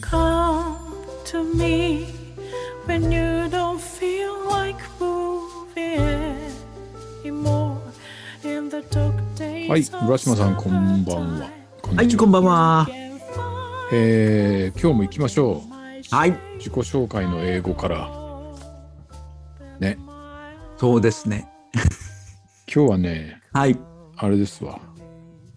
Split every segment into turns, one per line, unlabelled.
Come to me when you don't feel like moving anymore in the dark days.
はい、浦島さんこんばんは。こん
は
に
い、
ち
こんばんは。
えー今日も行きましょう。
はい、
自己紹介の英語から。ね、
そうですね。
今日はね、
はい、
あれですわ。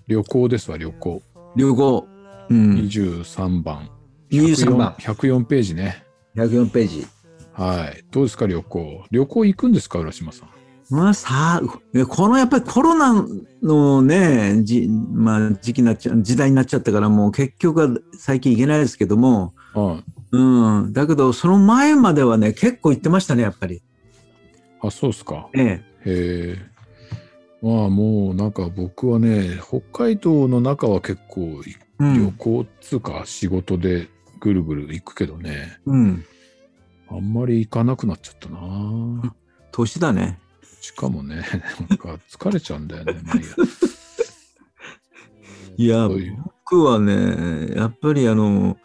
旅行ですわ、旅行。
旅行。うん、
23番。
23番、
104ページね。
104ページ。
はい。どうですか、旅行。旅行行くんですか、浦島さん。
まあさあ、このやっぱりコロナのね、じまあ、時期になっちゃ時代になっちゃったから、もう結局は最近行けないですけども、
はい。
うん、だけど、その前まではね、結構行ってましたね、やっぱり。
あ、そうですか。
ええ、
へえ。まあもうなんか僕はね、北海道の中は結構
う
旅
ん、
行っつうか仕事でぐるぐる行くけどね、
うん、
あんまり行かなくなっちゃった な。
年だね。
しかもね、なんか疲れちゃうんだよね。まあいいや
いや
そういう
僕はねやっぱりあの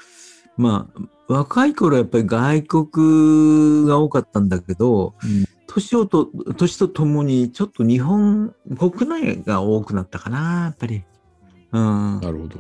まあ若い頃はやっぱり外国が多かったんだけど、
うん
年をと年とともにちょっと日本国内が多くなったかなやっぱり。うん
なるほど。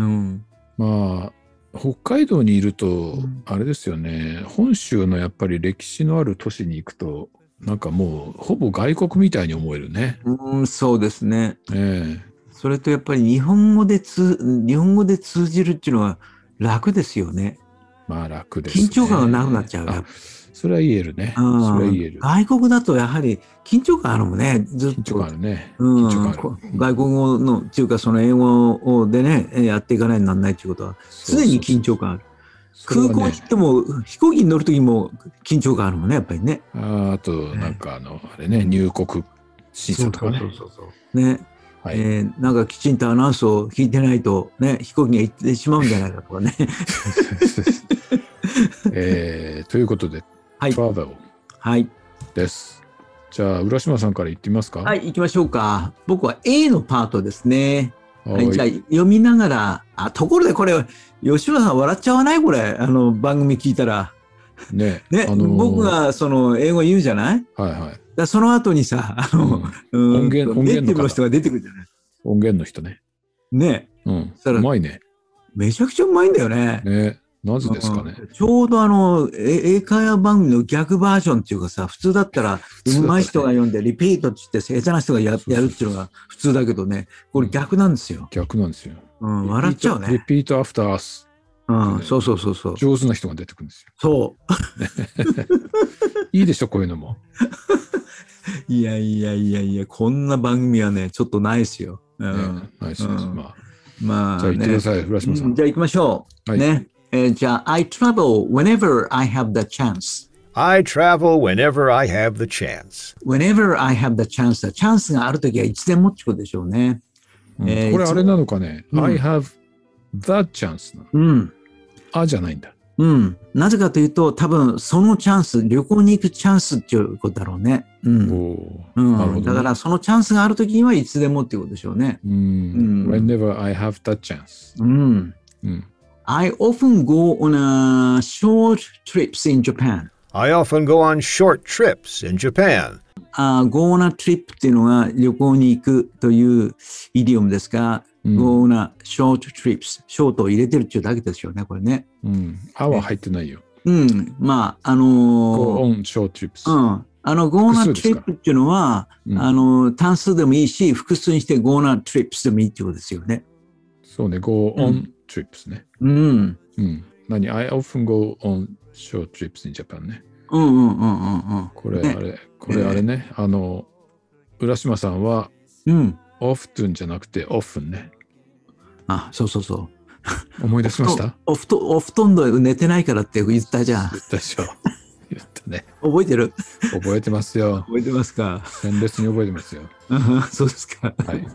うん
まあ北海道にいると
うん
あれですよね、本州のやっぱり歴史のある都市に行くとなんかもうほぼ外国みたいに思えるね。
うん、そうですね。
え
それとやっぱり日本語で通日本語で通じるっていうのは楽ですよね。
えまあ楽です、ね。
緊張感がなくなっちゃう。
あ
やっぱり
それは言えるね。
うん
それは言える。
外国だとやはり緊張感あるもんね、ず
緊張
っと
感あ。るね。
うん
緊張感ある
こ外国語のっていうかその英語をでねえーやっていかないとなんないっていうことは常に緊張感ある
そうそうそう
空港行っても飛行機に乗る時も緊張感あるもんねやっぱりね
それはねああと、なんかあの、あれね、入国審査とかね。
ね、
はい
えーなんかきちんとアナウンスを聞いてないとね飛行機が行ってしまうんじゃないかとかね
えーということで、
はい
トラベル
はい
です。じゃあ、浦島さんから言ってみますか。。
はいい行きましょうか僕は A のパートですねはい、じゃあ読みながらあところでこれ吉村さん笑っちゃわないこれあの番組聞いたら
ね、
ね、
あのー
僕。がその英語言うじゃない
はいはい。
だからその後にさ、あ
うん
の、うん
音源音源の方
ネイティブの人が出てくるじゃない
音源の人ね。
ね
うん。
そしたら
うまいね。
めちゃくちゃうまいんだよね。
ね。なぜですかね。
うんちょうどあの、え英会話番組の逆バージョンっていうかさ、普通だったら、
通だった
う
らね
まい人が読んで、リピートって言って、下手な人がや
そう
やるっていうのが普通だけどね、これ逆なんですよ。
逆なんですよ。
うん、笑っちゃう
リ
ね。
ピートアフターアス。
うん、そうそうそうそう。
上手な人が出てくるんですよ。
そ
いいでしょ、こういうのも。
う。いやいやいやいや、こんな番組はね、ちょっとないですよ。う
ね
ん。
ナイスです。
うん
ま
ま
あ、
あ、
じゃあ、言ってください、浦島さ
うん
ん。
じゃあ行きましょう。
はい
ね。えーじゃあ、I travel whenever I have the chance.
I travel whenever I have the chance.
Whenever I have the chance だ。チャンスがあるときはいつでもってことでしょうね。
うん
えー
これ
いつも
あれなのかね、
うん
I have the chance なの
うん。
あじゃないんだ。
うん。なぜかというと、多分そのチャンス、旅行に行くチャンスっていうことだろうね。うん。
おーなる
う
ほ
ん、
ど
だ
ね、
からそのチャンスがあるときにはいつでもっていうことでしょうね。
うん、
うん
Whenever I have the chance、
うん。
うん。
I often go on a short trips in Japan.
I often go on short trips in Japan.
あー go on a trip っていうのが旅行に行くというイディオムですが、
うん
go on a short trips、ショートを入れてるっていうだけですよね、これね。
うん。あは入ってないよ。
うん、まあ、あ
Go
の
on short
ー
trips。
うん、あの go on a
複数ですか
trip っていうのは、
うん
あのー単数でもいいし、複数にして go on a trips でもいいっていうことですよね。
そうね、Go
う
on trips ね。
うん、
うん。何 ?I often go on short trips in Japan ね。
うんうんうんうん
これ
ね
あれ、これあれね。あの、浦島さんは
うん。うん。
often じゃなくて often ね。
あ、そうそうそう。
思い出しました
おお布団お布団で寝てないからって言ったじゃん。
言ったでしょ。言ったね。
覚えてる
覚えてますよ。
覚えてますか
鮮烈に覚えてますよ。
そうですか。
はい。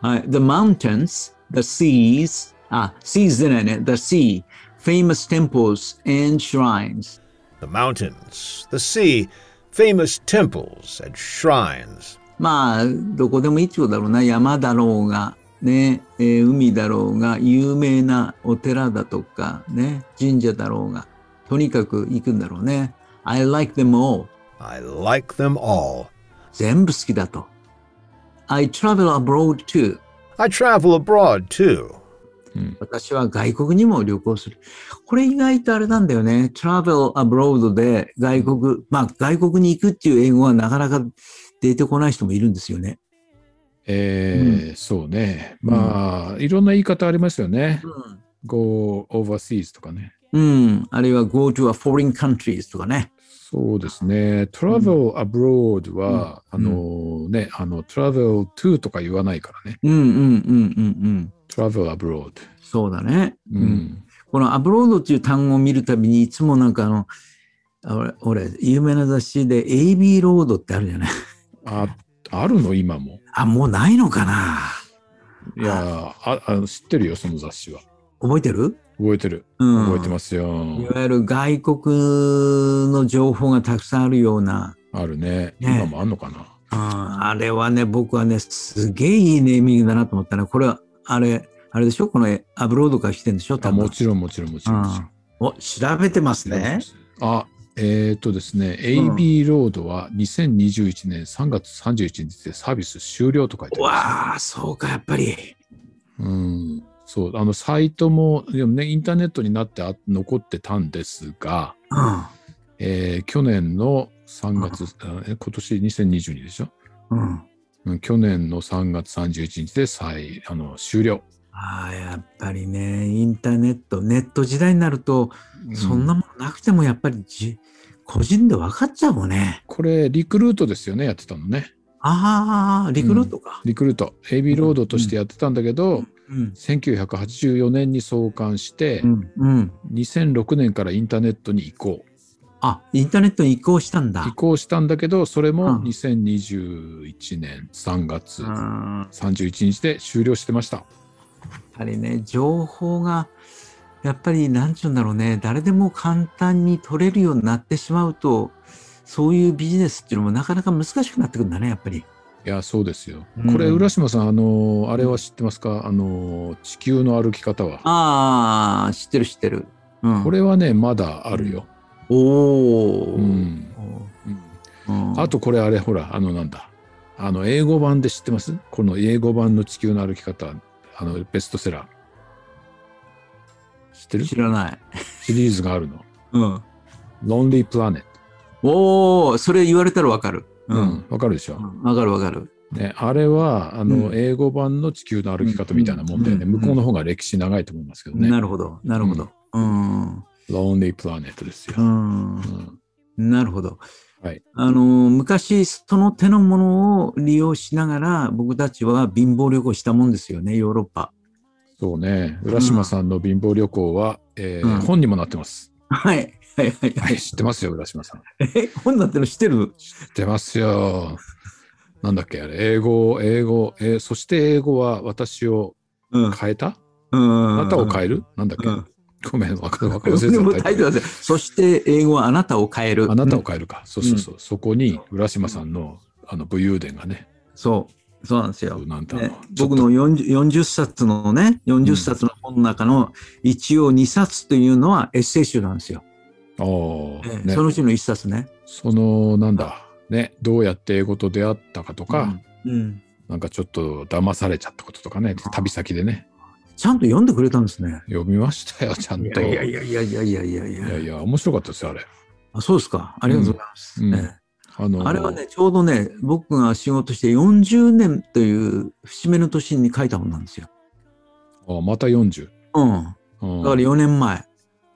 はい、the mountains, the seas, あ、seas じゃないね、the sea, famous temples and shrines.
The mountains, the sea, famous temples and shrines.
まあ、どこでもいいってことだろうな、山だろうが、ね、えー海だろうが、有名なお寺だとか、ね、神社だろうが、とにかく行くんだろうね。I like them all.
I like them all.
全部好きだと。I travel abroad too.
I travel abroad too.
私は外国にも旅行する。これ意外とあれなんだよね。travel abroad で外国、まあ外国に行くっていう英語はなかなか出てこない人もいるんですよね。
えーそうね。まあ、いろんな言い方ありますよね。go overseas とかね。
うん。うん。あるいは go to a foreign countries とかね。
そうですね。travel abroad は、
うん
あのね、あの travel to とか言わないからね。
うんうんうんうんうん。
travel abroad。
そうだね。
うん。
このアブロードっていう単語を見るたびにいつもなんかあの、あ俺、俺有名な雑誌で AB ロードってあるじゃない。
あ、あるの今も。
あ、もうないのかない
やーああの、知ってるよ、その雑誌は。
覚えてる
覚えてる。
うん。
覚えてますよ。
いわゆる外国の情報がたくさんあるような、
あるね。
ね
今もあんのかな。
ああれはね、僕はね、すげえいいネーミングだなと思ったね。これは、あれ、あれでしょこのアブロードから来てんでしょ
あ
多分
もちろん、もちろん、もちろん。もちろん
うんお、調べてますね。
あ、えっ、とですね、
うん
AB ロードは2021年3月31日でサービス終了と書いてあります。
わあ、そうか、やっぱり。
うん、そう、あの、サイトも、でもね、インターネットになってあ残ってたんですが、えー去年の3月、あえ今年2022でしょ、
うん。うん。
うん、去年の3月31日で再あの終了。
ああ、やっぱりね、インターネット、ネット時代になると、そんな
う
ものなくてもやっぱりじ、個人で分かっちゃうもんね。
これ、リクルートですよね、やってたのね。
ああ、リクルートか。
リクルート。AB ロードとしてやってたんだけど、
うん。
1984年に創刊して、
うん。うん。
2006年からインターネットに移行
あ、インターネットに移行したん
移
だ。
行したんだけどそれ
うん
も2021年3月
うん。やっ
31日で終了してました
ぱりね、情報が、やっぱり、なんちゅうんだろうね、誰でも簡単に取れるようになってしまうと、そういうビジネスっていうのもなかなか難しくなってくるんだね、やっぱり。
いやそうですよ
うん
これ浦島さんあのあれは知ってますかあの地球の歩き方は
ああ、知ってる知ってる。うん。
これはねまだあるよ、
おお、
うんうんあとこれあれほらあのなんだあの英語版で知ってますこの英語版の地球の歩き方あのベストセラー知ってる
知らない。
シリーズがあるの
うん、
「ロンリープラネット」
おお、それ言われたらわかる。う
うんん、わかるでしょ、
うんわかるわかる。
ね、あれはあの、
うん
英語版の地球の歩き方みたいなもんで、ね
うん
向こうの方が歴史長いと思いますけど
な
ね。
るほど、なるほど。うん、う
Lonely Planet ですよ。
ん、
うん
なるほど。
はい
あの昔その手のものを利用しながら僕たちは貧乏旅行したもんですよねヨーロッパ
そうね、浦島さんの貧乏旅行は、えー
うん
本にもなってます。
はいはいはい
はい、知ってますよ、浦島さん。
え本だっての知ってる
知ってますよ。なんだっけ、あれ、英語、英語、えーそして英語は私を
うん
変えた、
うん
あなたを変
え
えるなんだっけ、
うん
ごめん、わかわか
る
る。
でもタイトルだそして英語はあなたを変える
あなたを変えるか。そうそうそう。そこに浦島さんのあの武勇伝がね、
そうそうなんですよ
なんだろう
ね、
ちょっ
僕
と
の 40, 40冊のね40冊の本の中の一応2冊というのはエッセイ集なんですよ、
ああ、
ええ
ね
そのうちの1冊ね。
そのなんだねどうやって英語と出会ったかとか、
うんうん
なんかちょっと騙されちゃったこととかね旅先でね
ちゃんと読んでくれたんですね。
読みました よちゃんと
いやいやいやいやいやいやいや
いやいや面白かったですよあれ
あそうですかありがとうございます、
うんうん
え
あの
えあれはねちょうどね僕が仕事して40年という節目の年に書いた本なんですよ。
あまた40、
うん、だ
うん、
から4年前。
あ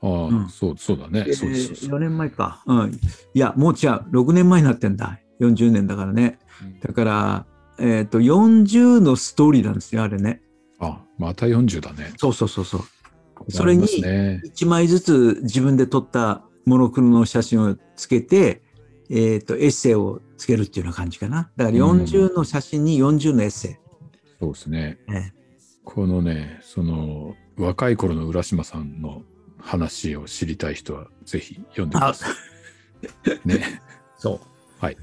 あ、
うん
そうそうだね、
えー
そうですそう
4年前か。うん。いや、もう違う。6年前になってんだ。40年だからね。
です
だから、えっ、と、40のストーリーなんですよ、あれね。
あまた40だね
そうそうそうそう。それに
なりますね
1枚ずつ自分で撮ったモノクロの写真をつけて、えっ、と、エッセイをつけるっていうような感じかな。だから40の写真に40のエッセ
そうですね
イ。ね
このねその若い頃の浦島さんの話を知りたい人はぜひ読んでくださいね
そう。
はい。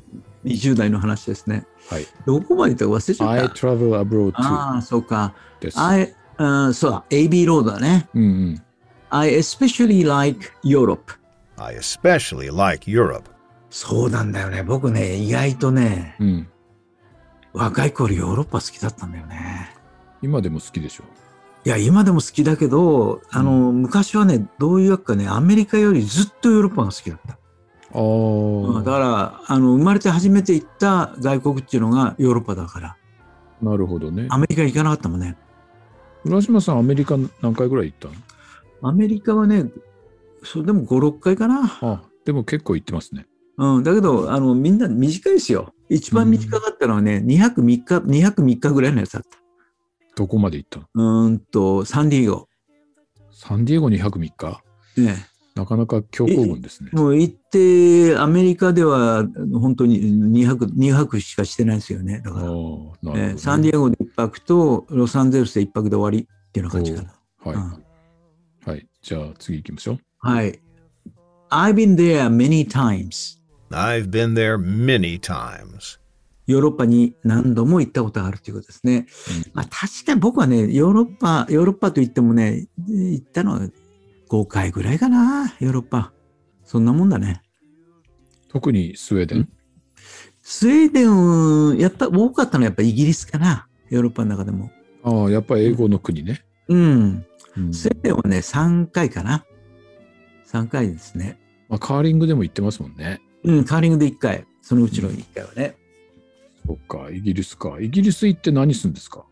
20代の話ですね。
はい。
どこまで行ったか忘れちゃ
I
った。
travel abroad too
ああ、そうか。
です。
I、うん、そうだ、AB ロードだね。
うんうん。
I especially like Europe.
I especially like Europe.
そうなんだよね。僕ね、意外とね、
うん。
若い頃ヨーロッパ好きだったんだよね。
今でも好きでしょ。
いや、今でも好きだけど、あの、昔はね、どういうわけかね、アメリカよりずっとヨーロッパが好きだった。
あ
うん
あ。
だから、あの、生まれて初めて行った外国っていうのがヨーロッパだから、
なるほどね
ア。メリカ行かなかったもんね。
浦島さん、アメリカ何回ぐらい行ったの
アメリカはね、そうでも5、6回かな。
あでも結構行ってますね。
うん、だけど、あの、みんな短いですよ。一番短かったのはね、2泊3日、2泊3日ぐらいのやつだった。
どこまで行ったの
うーんと、サンディエゴ。
サンディエゴ2泊3日
ね、
なかなか強行軍ですね。
もう行って、アメリカでは本当に2泊、2泊しかしてないですよね。だ
ああ
から、
なる
ね
ほど、
サンディエゴで1泊と、ロサンゼルスで1泊で終わりっていうような感じかな。
はい、はい。じゃあ次行きましょう。
はい。I've been there many times.
I've been there many times.
ヨーロッパに何度も行ったことがあるということですね。まあ、確かに僕はね、ヨーロッパ、ヨーロッパといってもね、行ったのは5回ぐらいかな、ヨーロッパ。そんなもんだね。
特にスウェーデン。
スウェーデン、やっぱ多かったのはやっぱイギリスかな、ヨーロッパの中でも。
ああ、やっぱり英語の国ね。
うん。
うん
スウェーデンはね、3回かな。3回ですね。
まあ、カーリングでも行ってますもんね。
うん、カーリングで1回。そのうちの1回はね。
そっか、イギリスか。イギリス行って何するんですか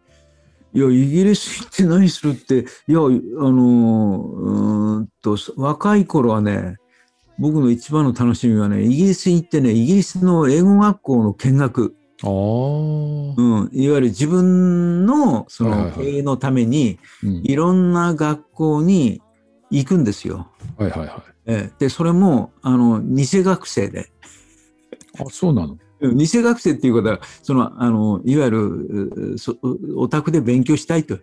いや、イギリス行って何するって、いや、あのー、うーんと、若い頃はね、僕の一番の楽しみはね、イギリスに行ってね、イギリスの英語学校の見学、
ああ、う
うん、いわゆる自分のそ
はいは
の
いはい
経営のために、
ん。
いろんな学校に行くんですよ。
はいはいはい。
ええで、それも、あの、偽学生で。
あそうなの。
うん偽学生っていうことは、その、あの、いわゆるうう、そお宅で勉強したいと。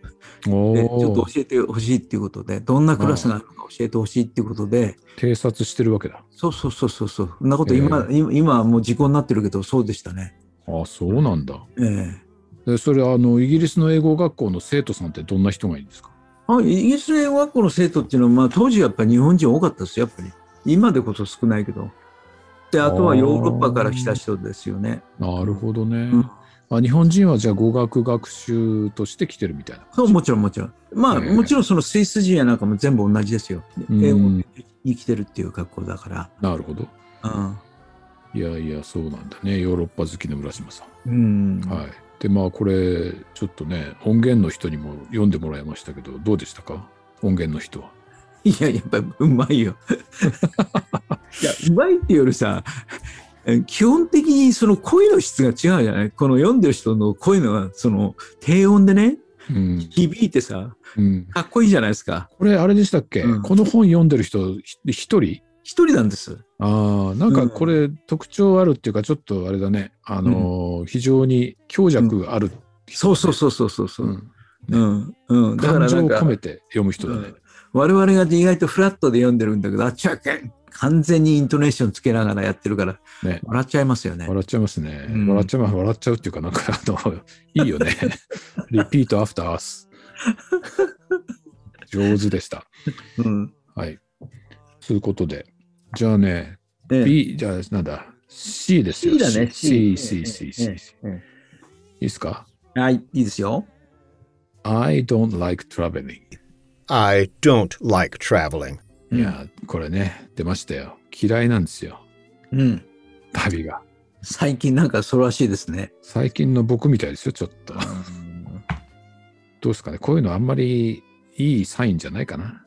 お
でちょっと
お、
教えてほしいっていうことで、どんなクラスがあるのか教えてほしいっていうことで、
偵察してるわけだ。
そうそうそうそうそう、そんなこと今、今今はもう時効になってるけど、そうでしたね。
あそうなんだ。
ええ
でそれあのイギリスの英語学校の生徒さんってどんな人がいいんですか
あイギリスの英語学校の生徒っていうのは、まあ、当時やっぱり日本人多かったですよ、やっぱり。今でこそ少ないけど。で、あとはヨーロッパから来た人ですよね。
なるほどね、
ん
あ日本人はじゃあ語学学習として来てるみたいな
そう、もちろんもちろん。まあ、
ええ
もちろんそのスイス人やなんかも全部同じですよ。
うん
英語に来てるっていう学校だから。
なるほど
うん。
いやいやそうなんだねヨーロッパ好きの浦島さん、
うん。
はいでまあこれちょっとね音源の人にも読んでもらいましたけどどうでしたか音源の人はい
や、やっぱりうまいよ。いや、うまいっていうよりさ、え基本的にその声の質が違うじゃないこの読んでる人の声のその低音でね、
うん、
響いてさ、
うん、
かっこいいじゃないですか。
これあれでしたっけ、
うん
この本読んでる人ひ一人
一人なんです。
ああなんかこれ特徴あるっていうかちょっとあれだねあのー非常に強弱がある、
そうそうそうそうそうそうう。
ん
うん。うん。だか
感
らな
情
ん
を
か
込、めて読む人だね。
我々が意外とフラットで読んでるんだけど、あっちゃけん完全にイントネーションつけながらやってるから、
ね
笑っちゃいますよね。
笑っちゃいますね。
うん
笑っちゃいます。笑っちゃうっていうか、なんか、あの、 いいよね。 リピートアフターアス。上手でした。
うん。
はい。ということで。じゃあね、
ええ
B、じゃあ、なんだ、C ですよ。
C だね
C、C、
C
C、C。い
ええ
いですか
はい、いいですよ。
?I don't like traveling.
I don't like traveling.
いや、これね、出ましたよ。嫌いなんですよ。
うん。
旅が。
最近なんかそうらしいですね。
最近の僕みたいですよ、ちょっと。どうですかね。こういうのあんまりいいサインじゃないかな。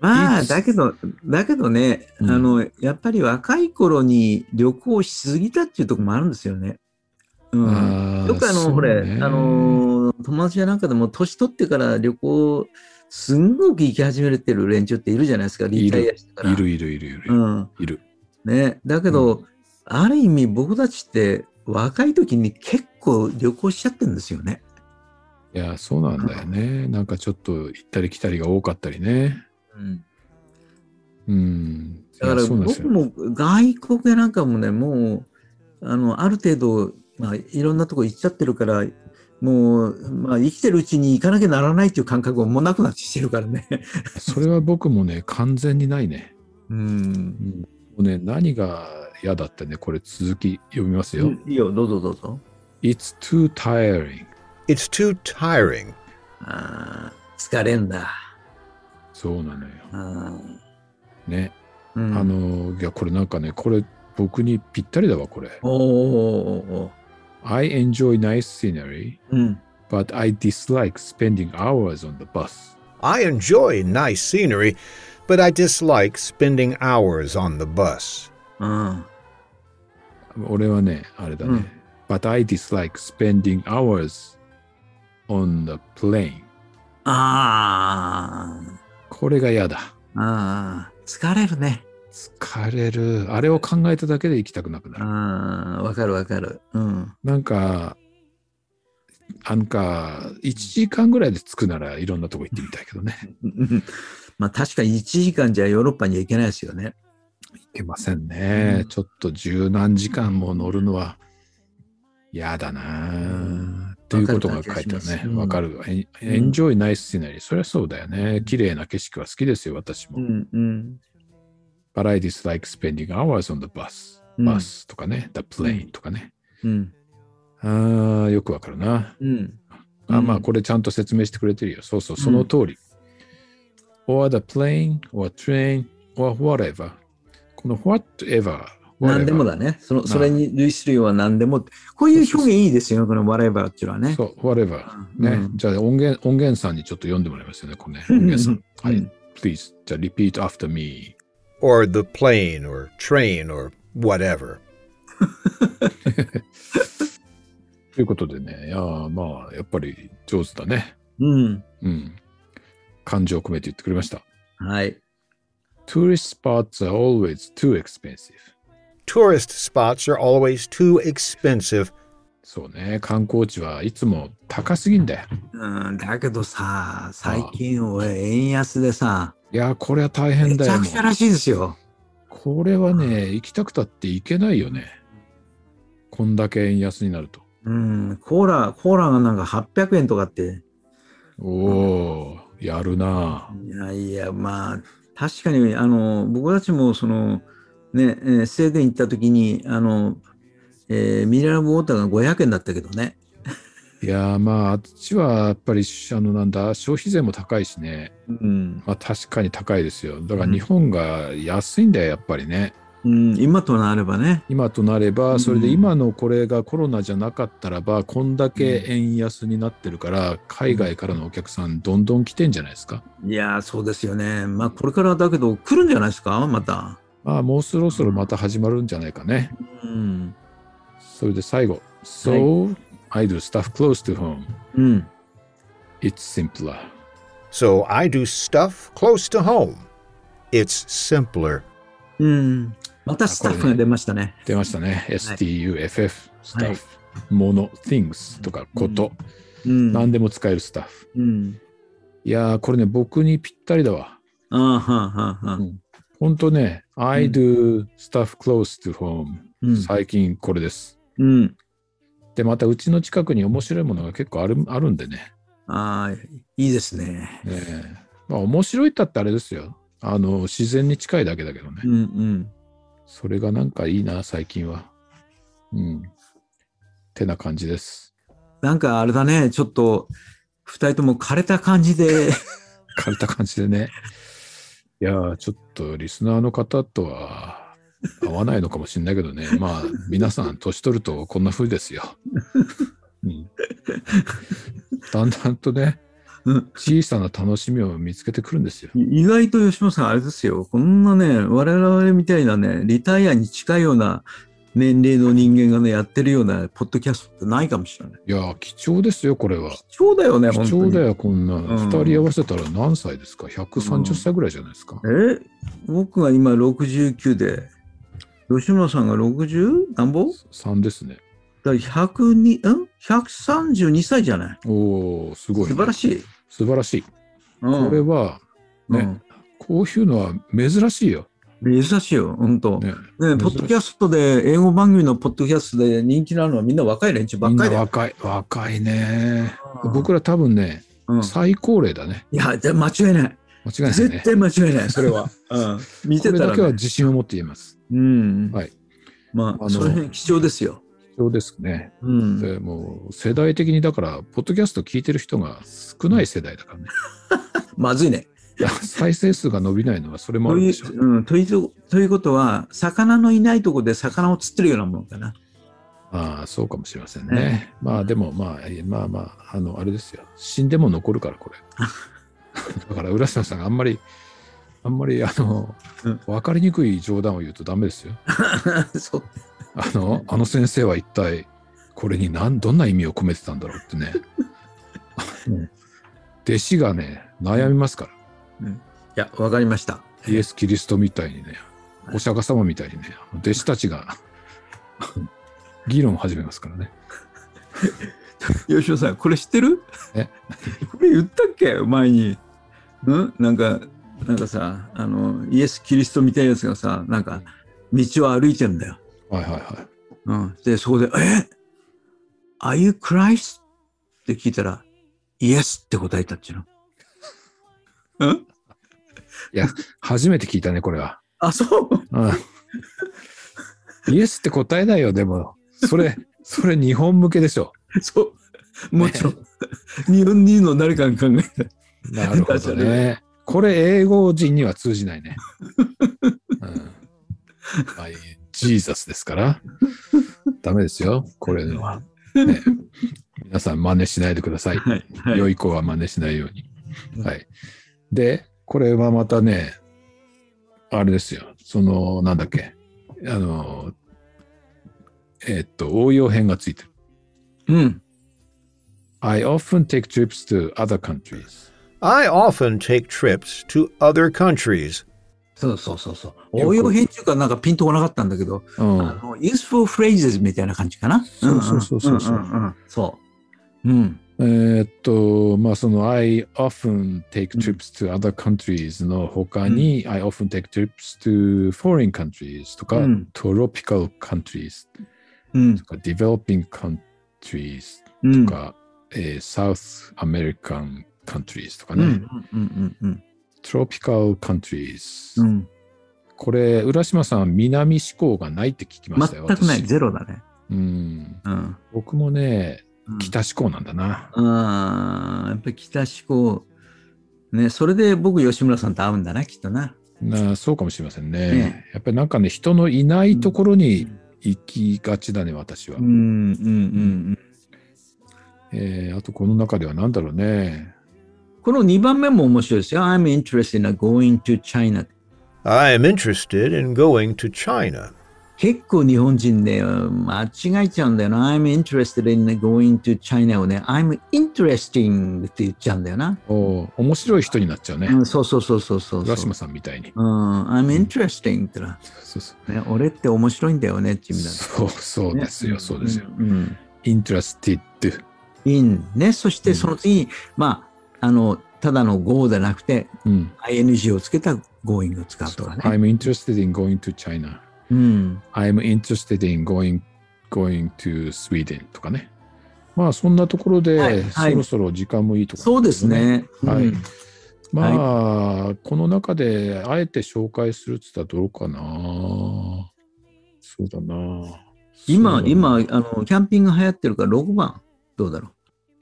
ま
いい
あ、
です
だけど、だけどね、
うん
あの、やっぱり若い頃に旅行しすぎたっていうところもあるんですよね。うん。
あー
よくあ
そう
の、ほれ、
ね
あの、友達やなんかでも年取ってから旅行、すんごく行き始めてる連中っているじゃないですか、リタイアしてから。
いるいるいるいる、
うん。
いる。
ね。だけど、ある意味僕たちって若い時に結構旅行しちゃってるんですよね。
いや、そうなんだよね。なんかちょっと行ったり来たりが多かったりね。
うん。
うん。
だか
い
ら
やそうなんです
僕
よ。
も外国やなんかもね、もうあの、ある程度、まあ、いろんなとこ行っちゃってるから、もう、まあ、生きてるうちに行かなきゃならないっていう感覚ももうなくなってきてるからね。
それは僕もね、完全にないね。
うん。
もうね、何が嫌だってね、これ続き読みますよ。
いいよ、どうぞどうぞ。
It's too tiring.
It's too tiring.
あー疲れんだ。
そうなのよ。
あ
ね。
ーう
あ
ん
の、いや、これなんかね、これ僕にぴったりだわ、これ。
おーおーおーおー
I enjoy nice scenery,
うん。
but I dislike spending hours on the bus.
I enjoy nice scenery, but I dislike spending hours on the bus.
うん。
俺はね、あれだね。But I dislike spending hours on the plane.
あー
これが嫌だ。
あー。疲れるね。
疲れる。あれを考えただけで行きたくなくなる。
ああ、わかるわかる。うん。
なんか、なんか、1時間ぐらいで着くならいろんなとこ行ってみたいけどね。
うんまあ確かに1時間じゃヨーロッパには行けないですよね。
行けませんね。
うん
ちょっと十何時間も乗るのは嫌だなあっていうことが書いてあるね。わ
わ
か
か
るわ。エンジョイナイスシナリー。そりゃそうだよね。綺麗な景色は好きですよ、私も。
んうん。
But I dislike spending hours on the bus.
うん
バスとかね、the plane とかね。
うん。
ああ、よくわかるな。
うん。
あ
うん
まあ、これちゃんと説明してくれてるよ。そうそう、その通り。or the plane, or train, or whatever. この whatever,
何でも
whatever
だね。その
あ
それに類するようは何でもって。こういう表現いいですよね、この我々っていうのはね。
そう、whatever。ね、
うん
じゃあ音源音源さんにちょっと読んでもらいますよね、これね。
うん
音源さん。は
う
い
ん。
please. じゃあ、repeat after me.
Or the plane or train or whatever.
ということでね、いやーまあ、やっぱり上手だね。
うん。
うん。感情を込めて言ってくれました。
はい。
tourist spots are always too expensive.
Tourist spots are always too expensive.
そうね、観光地はいつも高すぎんだよ。
うん、だけどさ、最近俺、円安でさ、
いやー、これは大変
め
だ
ち
よ。
ゃ
も
くちゃらしいですよ。
うこれはね、行きたくたって行けないよね。こんだけ円安になると。
うん、コーラ、コーラがなんか800円とかって。
おー、やるなあ
いやいや、まあ、確かに、あの、僕たちも、その、ね、えースウェーデン行った時に、あの、えーミネラルウォーターが500円だったけどね。
いやーまああっちはやっぱりあのなんだ消費税も高いしね
うん。
まあ確かに高いですよだか
う
ら
ん
日本が安いんだよやっぱりね
うん、今となればね。
今となれ
う
ば
ん
それで今のこれがコロナじゃなかったらばこんだけ円安になってるから海外からのお客さんどんどん来てんじゃないですか
いや、そうですよね。まあ、これからだけど、来るんじゃないですか、また。
まあもうそろそろまた始まるんじゃないかね
うん。
それで最後 So I do stuff close to home
うん。
it's simpler
So I do stuff close to home. It's simpler.
うん。またスタッフが出ましたね。
出ましたね STUFF スタッフもの things とかこと、
うん。
何でも使えるスタッフ。
うん。
いやー、これね、僕にぴったりだわ。
ああ、はあ、はあ、はあ。
ほんとね、
う
I
ん
do stuff close to home、
うん
最近これです。
うん。
で、またうちの近くに面白いものが結構あるあるんでね。
ああ、いいですね。
ねまあ、面白いったってあれですよ。あの、自然に近いだけだけどね。
うん、うん。
それがなんかいいな、最近は。うん。てな感じです。
なんかあれだね、ちょっと、二人とも枯れた感じで、
枯れた感じでね。いやー、ちょっとリスナーの方とは合わないのかもしれないけどね。まあ、皆さん、年取るとこんな風ですよ。うん、だんだんとね、
うん
小さな楽しみを見つけてくるんですよ。
意外と吉本さん、あれですよ、こんなね、我々みたいなね、リタイアに近いような年齢の人間がね、やってるようなポッドキャストってないかもしれない。
いやー、貴重ですよ、これは。
貴重だよね、本
貴
当
重
に。
だよ、こんな。
ん
二人合わせたら何歳ですか ?130 歳ぐらいじゃないですか。
え僕が今69で、吉村さんが 60? なんぼ
3ですね。
だから102、ん ?132 歳じゃない
おー、すごい、
素晴ら
い。
しい。
素晴らしい。
うん
これは、ね
うん
こういうのは珍しいよ。
珍しいよ、本当。ね
ね、
ポッドキャストで、英語番組のポッドキャストで人気なのはみんな若い連中ば
み
っ
ん
か
な
りだよ。
若い、若いね。
うん
僕ら多分ね、
うんい
最高齢だね。
や、じゃあ間違いない。
間違いないね
絶。対間違 いない、それは。うん、見
こ
て
れ
た
だ
ら、
けは
ね。
自信を持って言えます。
うん。
はい。
ま
あ
あ、
の
その辺貴重ですよ。
そうですね。
うん。
でもう世代的にだから、ポッドキャスト聞いてる人が少ない世代だからね。
まずいね。
いや 再生数が伸びないのはそれもあ
と
る
い
で
う
しょう。
うん、というということは、魚のいないとこで魚を釣ってるようなもんかな。
ああ、そうかもしれません
ね
ね。まあでもまあ、えまあまあ、あの、あれですよ。死んでも残るから、 これ。だから、浦沢さんがあんまり、あんまり、あの
うん、
わかりにくい冗談を言うとダメですよ。
そう。
あの、あの先生は一体、これに何、どんな意味を込めてたんだろうってね。うん弟子がね、悩みますから。
いや、わかりました。
イエス・キリストみたいにね、お釈迦様みたいにね、弟子たちが議論を始めますからね。
吉野さん、これ知ってる
え
これ言ったっけ前に。うんなんか、なんかさ、あの、イエス・キリストみたいなやつがさ、なんか、道を歩いてんだよ。
はいはいはい。
うん。で、そこで、え ?Are you Christ? って聞いたら、イエスって答えたっちゅうの。うん
初めて聞いたね、これは。
あ、そう
うん、イエスって答えないよ、でも。それ、それ日本向けでしょ。
そう。もちろん、日本人の誰かに考え
なるほど
確かに
ね。これ、英語人には通じない ね。うんまあいいジーザスですから。ダメですよ、これのは。ね皆さん、真似しないでください。
た。はい。はい
良い子は真似しないように。はい。で、これはまたね、あれですよ。その、なんだっけ。あの、えっと、応用編がついてる。
うん。
I often take trips to other countries.
I often take trips to other countries.
そうそうそうそう。応用編っていうか、なんかピンとこなかったんだけど、
うん。
あの、useful phrases みたいな感じかな。
そうそうそうそうそうん
んんんそう。うん。
えっと、まあ、その I often take trips to other countries の他に、I often take trips to foreign countries とか、
うん
tropical countries
うん
と。か、developing countries
うん。
とか、えー South American countries とか
うん。う
ね、
ん。うん。うん。
Tropical countries、
うん。
これ、浦島さん、南志向がないって聞きましたよ。
全くない。
私
ゼロだね。
うん。
うん。
僕もね、
うん
北志向なんだな。
ああ、やっぱり北志向。ね、それで僕、吉村さんと会うんだな、きっとな。
なそうかもしれませんね。
ね
やっぱりなんかね、人のいないところに行きがちだね、私は。
うん、うん、うん。
えーあと、この中では何だろうね。
この2番目も面白いですよ。I'm interested in going to China.
I am interested in going to China.
結構日本人ね、間違えちゃうんだよな。I'm interested in going to China をね、I'm interesting って言っちゃうんだよな。
おー面白い人になっちゃうね。
うん、そうそうそうそうそう
浦
そう
島。さんみたいに。
うん、I'm interesting ってな、
そうそう
ね。俺って面白いんだよねって意味なんだ、ね。
そうそうですよ、そうですよ。
うん。
interested
うん、in ね。そしてその次に、まあ、あの、ただの go じゃなくて、
うん。
ing をつけた going を使うとかね。
I'm interested in going to China.
うん。
I'm interested in going, going to Sweden とかね。まあそんなところで、
はいはい
そろそろ時間もいいとこ
そ
ろな
う
ん
で
け
す
ど。
ね。
はい
うん
まあ、この中であえて紹介するって言ったらどうかな。そうだな。そう
今、
だな。
今、あの、キャンピング流行ってるから6番、どうだろう。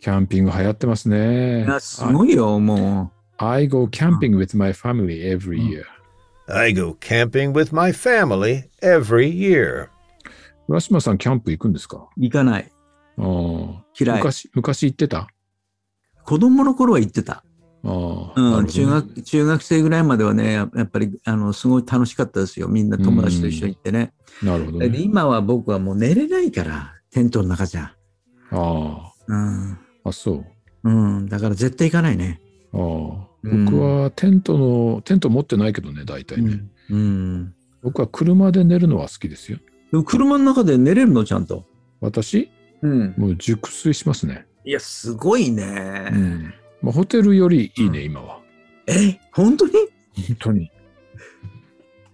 キャンピング流行ってますね
い。や、すごいよ、も
I I go camping with my family every
うん
year.
I go camping with my family every year.
浦島さん、キャンプ行くんですか
う、行かない。
ああ
嫌い。
昔、昔行ってた
子供の頃は行ってた。
ああ、なるほ
う
ど
ん、
ね
中学、中学生ぐらいまではね、ややっぱり、あの、すごい楽しかったですよ。みんな友達と一緒に行ってね。
なるほど
で
ね。
今は僕はもう寝れないから、テントの中じゃ。
あ
うん。
あ、あ、そう。
うん。だから絶対行かないね。
ああ、
うん
僕はテントの、テント持ってないけどね、大体ね。
うん。
僕は車で寝るのは好きですよ。
でも車の中で寝れるのちゃんと。
私、
うん。
もう熟睡しますね。
いや、すごいうね。
ん。まあ、ホテルよりいいね、
う
今は。
え、本当に
本当に。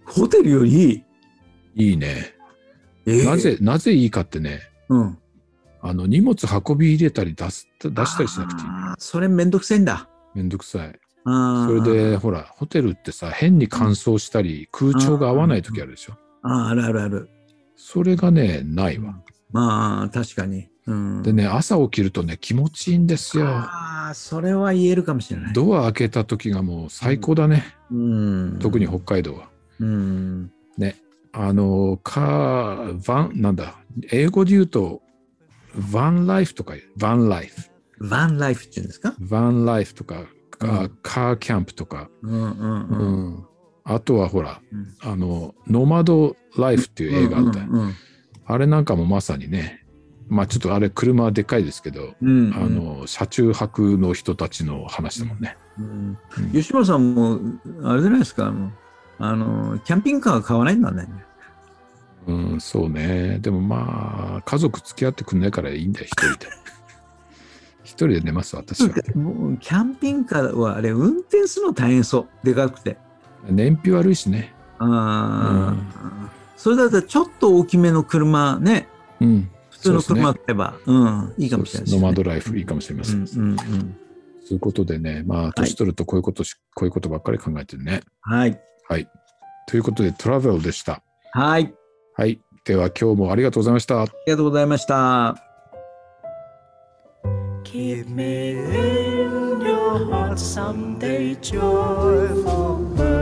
ホテルよりいい。
いいね。
ええ
なぜ、なぜいいかってね、
うん。
あの、荷物運び入れたり出す、出したりしなくていい。
あーそれめんどくせえんだ。
めんどくさい。
あ
そ
ー
れで、ほら、ホテルってさ、変に乾燥したり、空調が合わない時あるでしょ。
あーあるあるある。
それがね、ないわ。
まあ、確かに。うん。
でね、朝起きるとね、気持ちいいんですよ。
ああ、それは言えるかもしれない。
ドア開けた時がもう最高だね。
うん。
特に北海道は。
うん。
あの、カー、バン、なんだ、英語で言うと、バンライフとか言う、バンライフ。
バンライフっていうんですか
バンライフとか、カ
う
ーカーキャンプとか、
うんうん
う
うん。
んあとはほら、
うん
あの、ノマドライフっていう映画あったよ、
うん
あれなんかもまさにね、まあちょっとあれ車はでっかいですけど、
うんうん。
あの、車中泊の人たちの話だもんね。
うん
うん
吉村さんも、あれじゃないですか、もうあの、キャンピングカーは買わないんだね。
うん、そうね。でもまあ、家族付き合ってくんないからいいんだよ、一人で。 一人で寝ます、私は。
もうキャンピングカーはあれ、運転するの大変そう。でかくて。
燃費悪いしね。
ああ。それだったらちょっと大きめの車ね、
うん。
普通の
そうですね
車買えば、うん、いいかもしれないです
ノ
ね
マドライフいいかもしれません。
うんうんうん。
ということでね、まあ、年取るとこういうことし、こういうことばっかり考えてるね。
はい。
はい。ということで、トラベルでした。
はい。あ
はい。では、今日もありがとうございました。
りがとうございました。
Keep me in your heart someday, joyful world.